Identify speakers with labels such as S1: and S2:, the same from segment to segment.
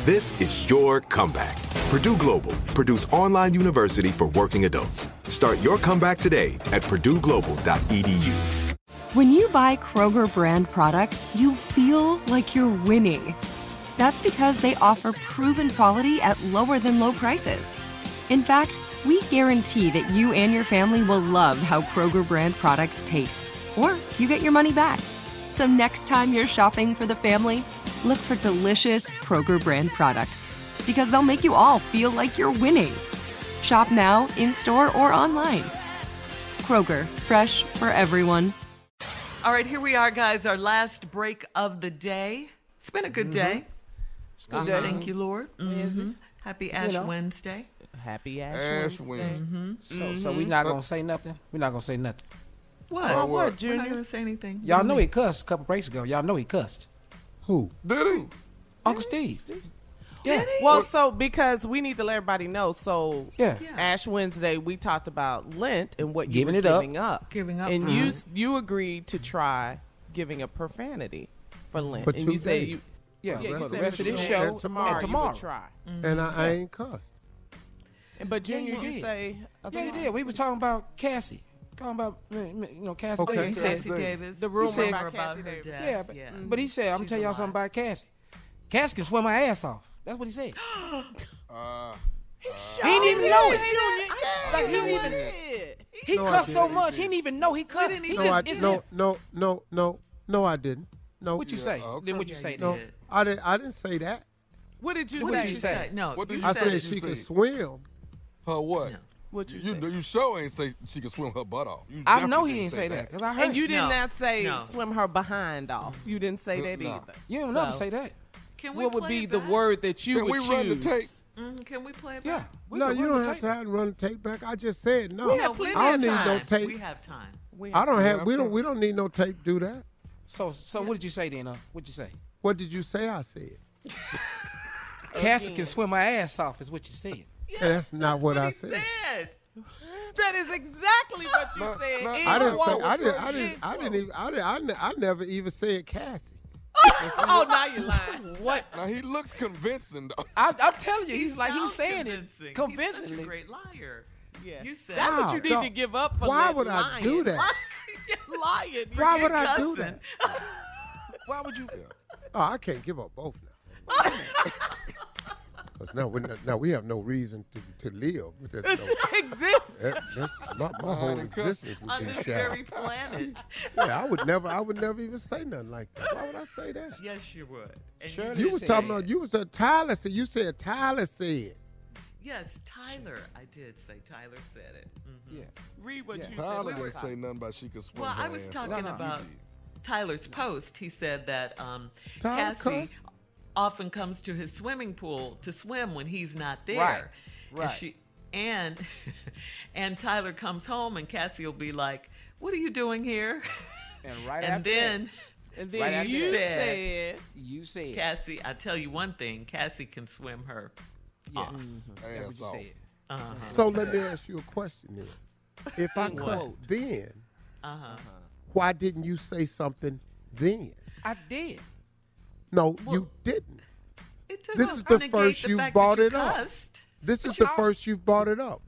S1: This is your comeback. Purdue Global, Purdue's online university for working adults. Start your comeback today at purdueglobal.edu.
S2: When you buy Kroger brand products, you feel like you're winning. That's because they offer proven quality at lower than low prices. In fact, we guarantee that you and your family will love how Kroger brand products taste, or you get your money back. So next time you're shopping for the family, look for delicious Kroger brand products because they'll make you all feel like you're winning. Shop now, in store, or online. Kroger, fresh for everyone.
S3: All right, here we are, guys. Our last break of the day. It's been a good day.
S4: It's a good day.
S3: Thank you, Lord. Mhm. Happy Ash
S4: know.
S3: Wednesday.
S4: Happy Ash,
S5: Ash
S4: Wednesday.
S5: Wednesday.
S6: So, so we not gonna say nothing. We not gonna say nothing.
S3: What?
S4: Oh,
S3: We're
S4: what,
S3: not
S4: Junior?
S3: gonna say anything.
S6: Y'all know he cussed a couple breaks ago. Y'all know he cussed.
S5: Who? Did he?
S6: Uncle Steve. Yeah,
S4: Well, so because we need to let everybody know. So
S6: yeah.
S3: Yeah.
S4: Ash Wednesday, we talked about Lent and what you
S6: Giving
S4: were
S6: it up. Mm-hmm.
S4: giving up.
S3: Giving up.
S4: And you s- you agreed to try giving a profanity for Lent.
S5: For
S4: and
S5: two
S4: you said
S5: days.
S4: you
S6: yeah.
S4: Oh, yeah,
S6: For
S4: you
S6: the
S4: said
S6: rest of
S4: you
S6: this
S4: would-
S6: show and
S4: tomorrow,
S6: tomorrow.
S4: You would try.
S6: Mm-hmm.
S5: And I, I ain't cussed.
S4: And- But
S6: Yeah,
S4: Junior,
S6: you
S4: you,
S6: did.
S4: say
S6: Yeah, he
S4: otherwise.
S6: did. We were talking about Cassie. Talking about mm, mm, you know Cassie.
S5: Okay.
S6: Davis. He
S5: Cassie
S3: Cassie
S6: said,
S5: Davis.
S3: Davis.
S4: The rumor
S6: said-
S4: about
S3: about,
S4: Cassie
S3: her
S4: Davis.
S3: death.
S6: yeah, but, but he said, "I'm gonna tell y'all something about Cassie. Cassie can swim my ass off." That's what he said.
S5: Uh,
S6: he didn't even know it. Like, he didn't even. He
S5: No, I
S6: cussed so
S5: didn't.
S6: much. He didn't even know he cussed. He
S5: No, I,
S6: just. it's
S5: no,
S6: him.
S5: no, no, no, no, I didn't. No.
S6: What you say? Then what you say?
S5: No,
S6: then?
S5: I didn't. I didn't say that.
S4: What did you
S3: What
S4: say?
S3: did you say? No.
S7: What did
S3: you
S5: I
S7: said
S5: said
S7: you
S5: she could
S7: said.
S5: swim.
S7: Her what?
S4: What you,
S7: You,
S4: say?
S7: you sure ain't say she can swim her butt off. You
S6: I
S7: definitely
S6: know he didn't say that because I heard.
S4: And you did
S3: No.
S4: not say
S3: No.
S4: swim her behind off. You didn't say that
S7: no.
S4: either.
S6: You don't
S4: So,
S6: never say that.
S3: Can we
S4: What would
S3: play
S4: be
S3: it
S4: the
S3: back?
S4: word that you
S7: Can
S4: would
S7: we
S4: choose?
S7: run the tape?
S3: Mm, can we play it
S6: Yeah.
S3: back?
S6: we
S5: no,
S6: can
S5: you
S6: run
S5: don't
S6: the
S5: have
S6: tape.
S5: time to run the tape back. I just said no.
S4: We have plenty
S5: I
S4: of
S5: don't need no
S4: time.
S5: tape.
S3: We have time.
S4: We
S5: I don't have.
S7: Yeah,
S5: We
S7: okay.
S5: don't. We don't need no tape. Do that.
S6: So, so what did you say then? Uh, what'd you say?
S5: What did you say? I said.
S6: Cassie can swim my ass off is what you said.
S5: And that's not what I
S3: He
S5: said.
S3: said.
S4: That is exactly what you said.
S7: no,
S4: in
S5: I didn't say.
S4: quote.
S5: I didn't. I
S4: In
S5: didn't. I
S4: quote.
S5: didn't even. I didn't. I, ne- I never even said Cassie.
S4: Oh, now you're lying.
S6: What?
S7: Now he looks convincing though.
S6: I, I'm telling you, he's like he's
S3: Sounds
S6: saying
S3: convincing.
S6: it
S3: He's such a
S6: convincingly.
S3: great liar.
S4: Yeah.
S3: You said.
S4: That's what you
S5: Wow.
S4: need to give up for
S5: Why
S4: that
S5: would I
S4: lying.
S5: do that?
S3: You're lying.
S5: Why
S3: You're
S5: would I do
S3: cussing.
S5: that?
S6: Why would you?
S5: Oh, I can't give up both now. Cause No, we, no, no, we have no reason to, to live. With this, no,
S4: Exists.
S5: that, that's- my, my whole
S7: and cussing.
S5: existence would
S3: on
S5: be
S3: this
S5: shot.
S3: very planet.
S5: Yeah, I would never, I would never even say nothing like that. Why would I say that?
S3: yes, you would. And
S6: Shirley
S5: You was
S6: said-
S5: talking about, you was a Tyler said, you said Tyler said.
S3: Yes, Tyler. I did say Tyler said it. Mm.
S6: Yeah.
S4: Read what
S6: Yeah.
S4: you said.
S7: Tyler
S4: We
S7: didn't
S4: were-
S7: say nothing about she could swim.
S3: Well,
S7: her
S3: I was
S7: ass off.
S3: talking
S6: No, no.
S3: about Tyler's post. He said that um,
S5: Tyler
S3: Cassie
S5: cuss?
S3: often comes to his swimming pool to swim when he's not there.
S6: Right,
S3: And
S6: right.
S3: she- and and Tyler comes home and Cassie will be like, "What are you doing here?"
S6: And right
S3: and
S6: after that-
S3: then
S6: And
S4: Then
S6: right after
S4: you
S6: that,
S3: that.
S4: said,
S6: you said,
S3: Cassie, I tell you one thing, Cassie can swim her.
S6: yeah, Mm-hmm. that's
S7: Ass
S6: what
S7: off.
S6: you said.
S5: So let me ask you a question then. If I cussed then,
S6: Uh-huh.
S5: why didn't you say something then?
S6: I did.
S5: No, you didn't.
S3: It doesn't
S5: This is the
S3: negate
S5: first
S3: the
S5: you
S3: fact
S5: brought
S3: that you
S5: it up.
S3: cussed.
S5: This
S6: But
S5: is
S6: you
S5: the
S6: al-
S5: first you've brought it up.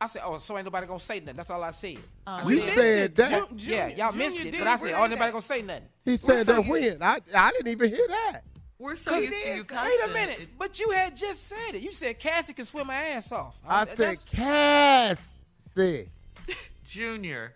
S6: I said, oh, so ain't nobody gonna say nothing. That's all I said. I
S5: You
S6: said,
S5: said that.
S4: Ju- Uh, Ju-
S6: yeah, y'all missed
S4: Junior
S6: it,
S4: did
S6: but I said,
S4: really
S6: oh, nobody
S4: that.
S6: gonna say nothing.
S5: He said that when? I I didn't even hear that.
S3: We're so
S6: Cause
S3: used to you cussing.
S6: wait a minute,
S3: It-
S6: but you had just said it. You said Cassie can swim my ass off.
S5: I said
S6: that's-
S5: Cass said.
S3: Junior,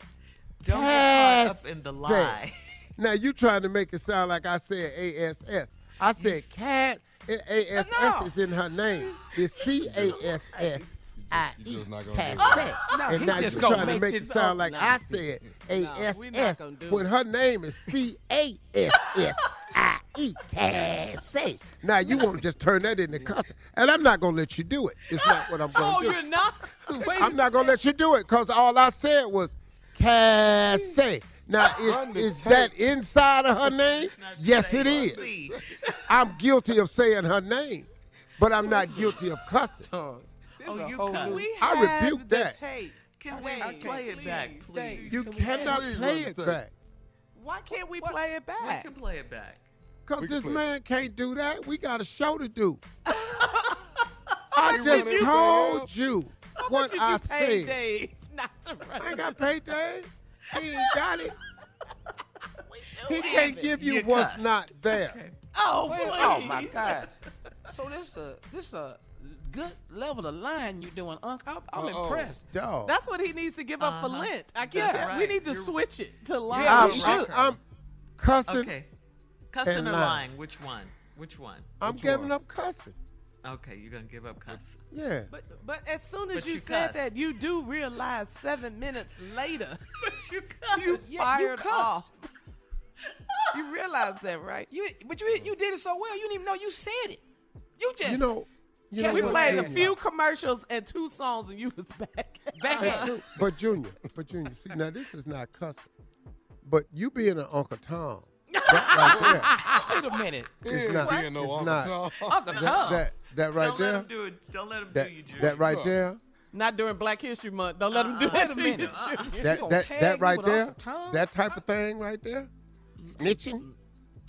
S3: don't get caught
S5: Cass
S3: up in the
S5: said.
S3: lie.
S5: Now you trying to make it sound like I said ASS. I said cat. and ASS
S6: No.
S5: is in her name. It's C A S S I
S7: You
S5: E.
S7: just not gonna do
S5: Cassette.
S6: No,
S5: and
S6: he
S5: now
S6: just
S5: you're
S6: gonna
S5: trying to
S6: make
S5: make it
S6: this
S5: sound
S6: up.
S5: like
S6: No.
S5: I said
S6: we not
S5: ASS
S6: gonna do
S5: when her name is C A S S I E. Cassette. Now you want to just turn that into cussing, and I'm not gonna let you do it. It's not what I'm gonna
S4: "Oh,
S5: do.
S4: you're not."
S6: Wait,
S5: I'm not gonna let you do it because all I said was Cassie. Now
S7: Run
S5: is,
S7: the
S5: is
S7: tape.
S5: that inside of her name? Yes, it is.
S3: See,
S5: I'm guilty of saying her name, but I'm not guilty of cussing.
S6: Oh,
S3: Oh, you
S6: whole
S3: cussed.
S6: new-
S4: We
S5: I
S4: have
S5: rebuke
S4: the
S5: that.
S4: tape.
S3: can we
S4: Wait,
S3: play it back,
S4: please.
S3: please?
S5: You cannot
S7: Please
S5: play
S7: run
S5: it
S7: the tape.
S5: back
S4: Why can't we play it
S3: We
S4: back?
S3: can play it back.
S5: because
S7: We can
S5: this
S7: play it.
S5: man can't do that. We got a show to do. I
S7: He
S5: just
S7: running
S5: told
S7: things.
S5: you
S4: How
S5: what
S4: much did you
S5: I
S4: pay
S5: said.
S4: Dave not to run?
S5: I
S4: it?
S5: ain't got paid day. He ain't got it. He can't give you what's not there.
S4: Oh,
S6: Wait,
S4: please.
S6: oh my God! So this a this a good level of lying you doing, Unc. I'm, I'm
S7: Uh-oh.
S6: impressed.
S5: Oh, Dog.
S4: That's what he needs to give up for Lent. I
S6: Yeah.
S4: can't. tell We
S3: Right.
S4: need to
S3: You're-
S4: switch it to live.
S6: Yeah,
S5: I'm,
S6: we
S5: I'm-
S6: should.
S5: Ah, I'm cussing.
S3: Okay, cussing
S5: And
S3: or
S5: lying.
S3: lying? Which one? Which one?
S5: I'm
S7: Which
S5: giving
S7: one?
S5: up cussing.
S3: Okay, you're gonna give up cussing.
S5: Yeah.
S4: But, but as soon as
S3: But
S4: you,
S3: you
S4: said
S3: cussed.
S4: that, you do realize seven minutes later
S3: But you cussed.
S4: you
S6: Yeah, you
S4: fired
S6: cussed.
S4: off. you realize that, right?
S6: You but you you did it so well. You didn't even know you said it. You just
S5: you know, you know
S6: Yes,
S4: We
S5: what,
S4: played a
S5: Junior?
S4: few commercials and two songs, and you was back.
S6: back at it.
S5: But Junior, but Junior, see now this is not cussing. But you being an Uncle Tom, that
S6: Wait a minute,
S5: right there is not,
S7: Being no
S5: it's
S7: Uncle
S5: not-
S7: Tom.
S6: Uncle Tom.
S5: that that right
S3: Don't let
S5: there,
S3: him do it. Don't let him
S5: that
S3: do you, Junior.
S5: that right there,
S4: Not during Black History Month. Don't let them do
S6: Uh-uh. Wait
S4: that
S6: a
S4: to you.
S6: minute.
S4: Junior.
S5: that
S6: gonna
S5: that
S6: tag
S5: that
S6: me
S5: right
S6: with
S5: there,
S6: Uncle Tom?
S5: that type of thing right there, snitching.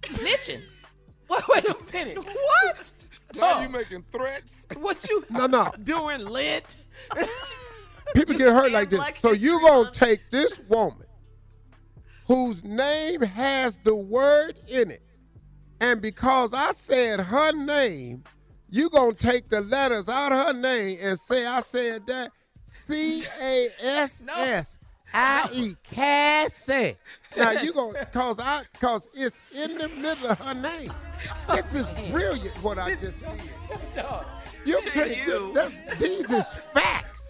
S6: Snitching. Wait, wait a minute. What?
S7: Now you making threats?
S6: What you?
S5: No, no,
S4: During Lent.
S5: people get hurt like this.
S3: Black
S5: So you
S3: History
S5: gonna
S3: Month.
S5: take this woman whose name has the word in it, and because I said her name, you gonna take the letters out of her name and say I said that C A S S I E Cassie. Now you gonna cause I cause it's in the middle of her name. This is brilliant what I just did. You can't
S3: you.
S5: that's these is facts.